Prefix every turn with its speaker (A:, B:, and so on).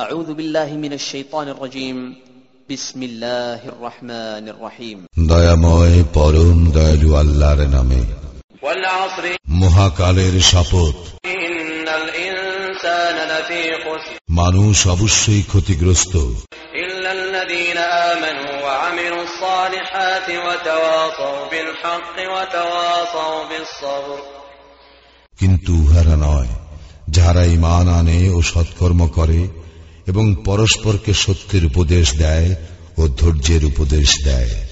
A: أعوذ بالله من الشيطان الرجيم بسم الله الرحمن الرحيم
B: দয়াময় পরম দয়ালু আল্লাহর নামে
C: والعصر
B: মহাকালের শপথ
C: إن الإنسان لفي خسر
B: মানুষ অবশ্যই ক্ষতিগ্রস্ত
C: إلا الذين آمنوا وعملوا الصالحات وتواصوا بالحق وتواصوا بالصبر
B: কিন্তু উহারা নয় যাহারা ইমান আনে ও সৎকর্ম করে এবং পরস্পরকে সত্যের উপদেশ দেয় ও ধৈর্যের উপদেশ দেয়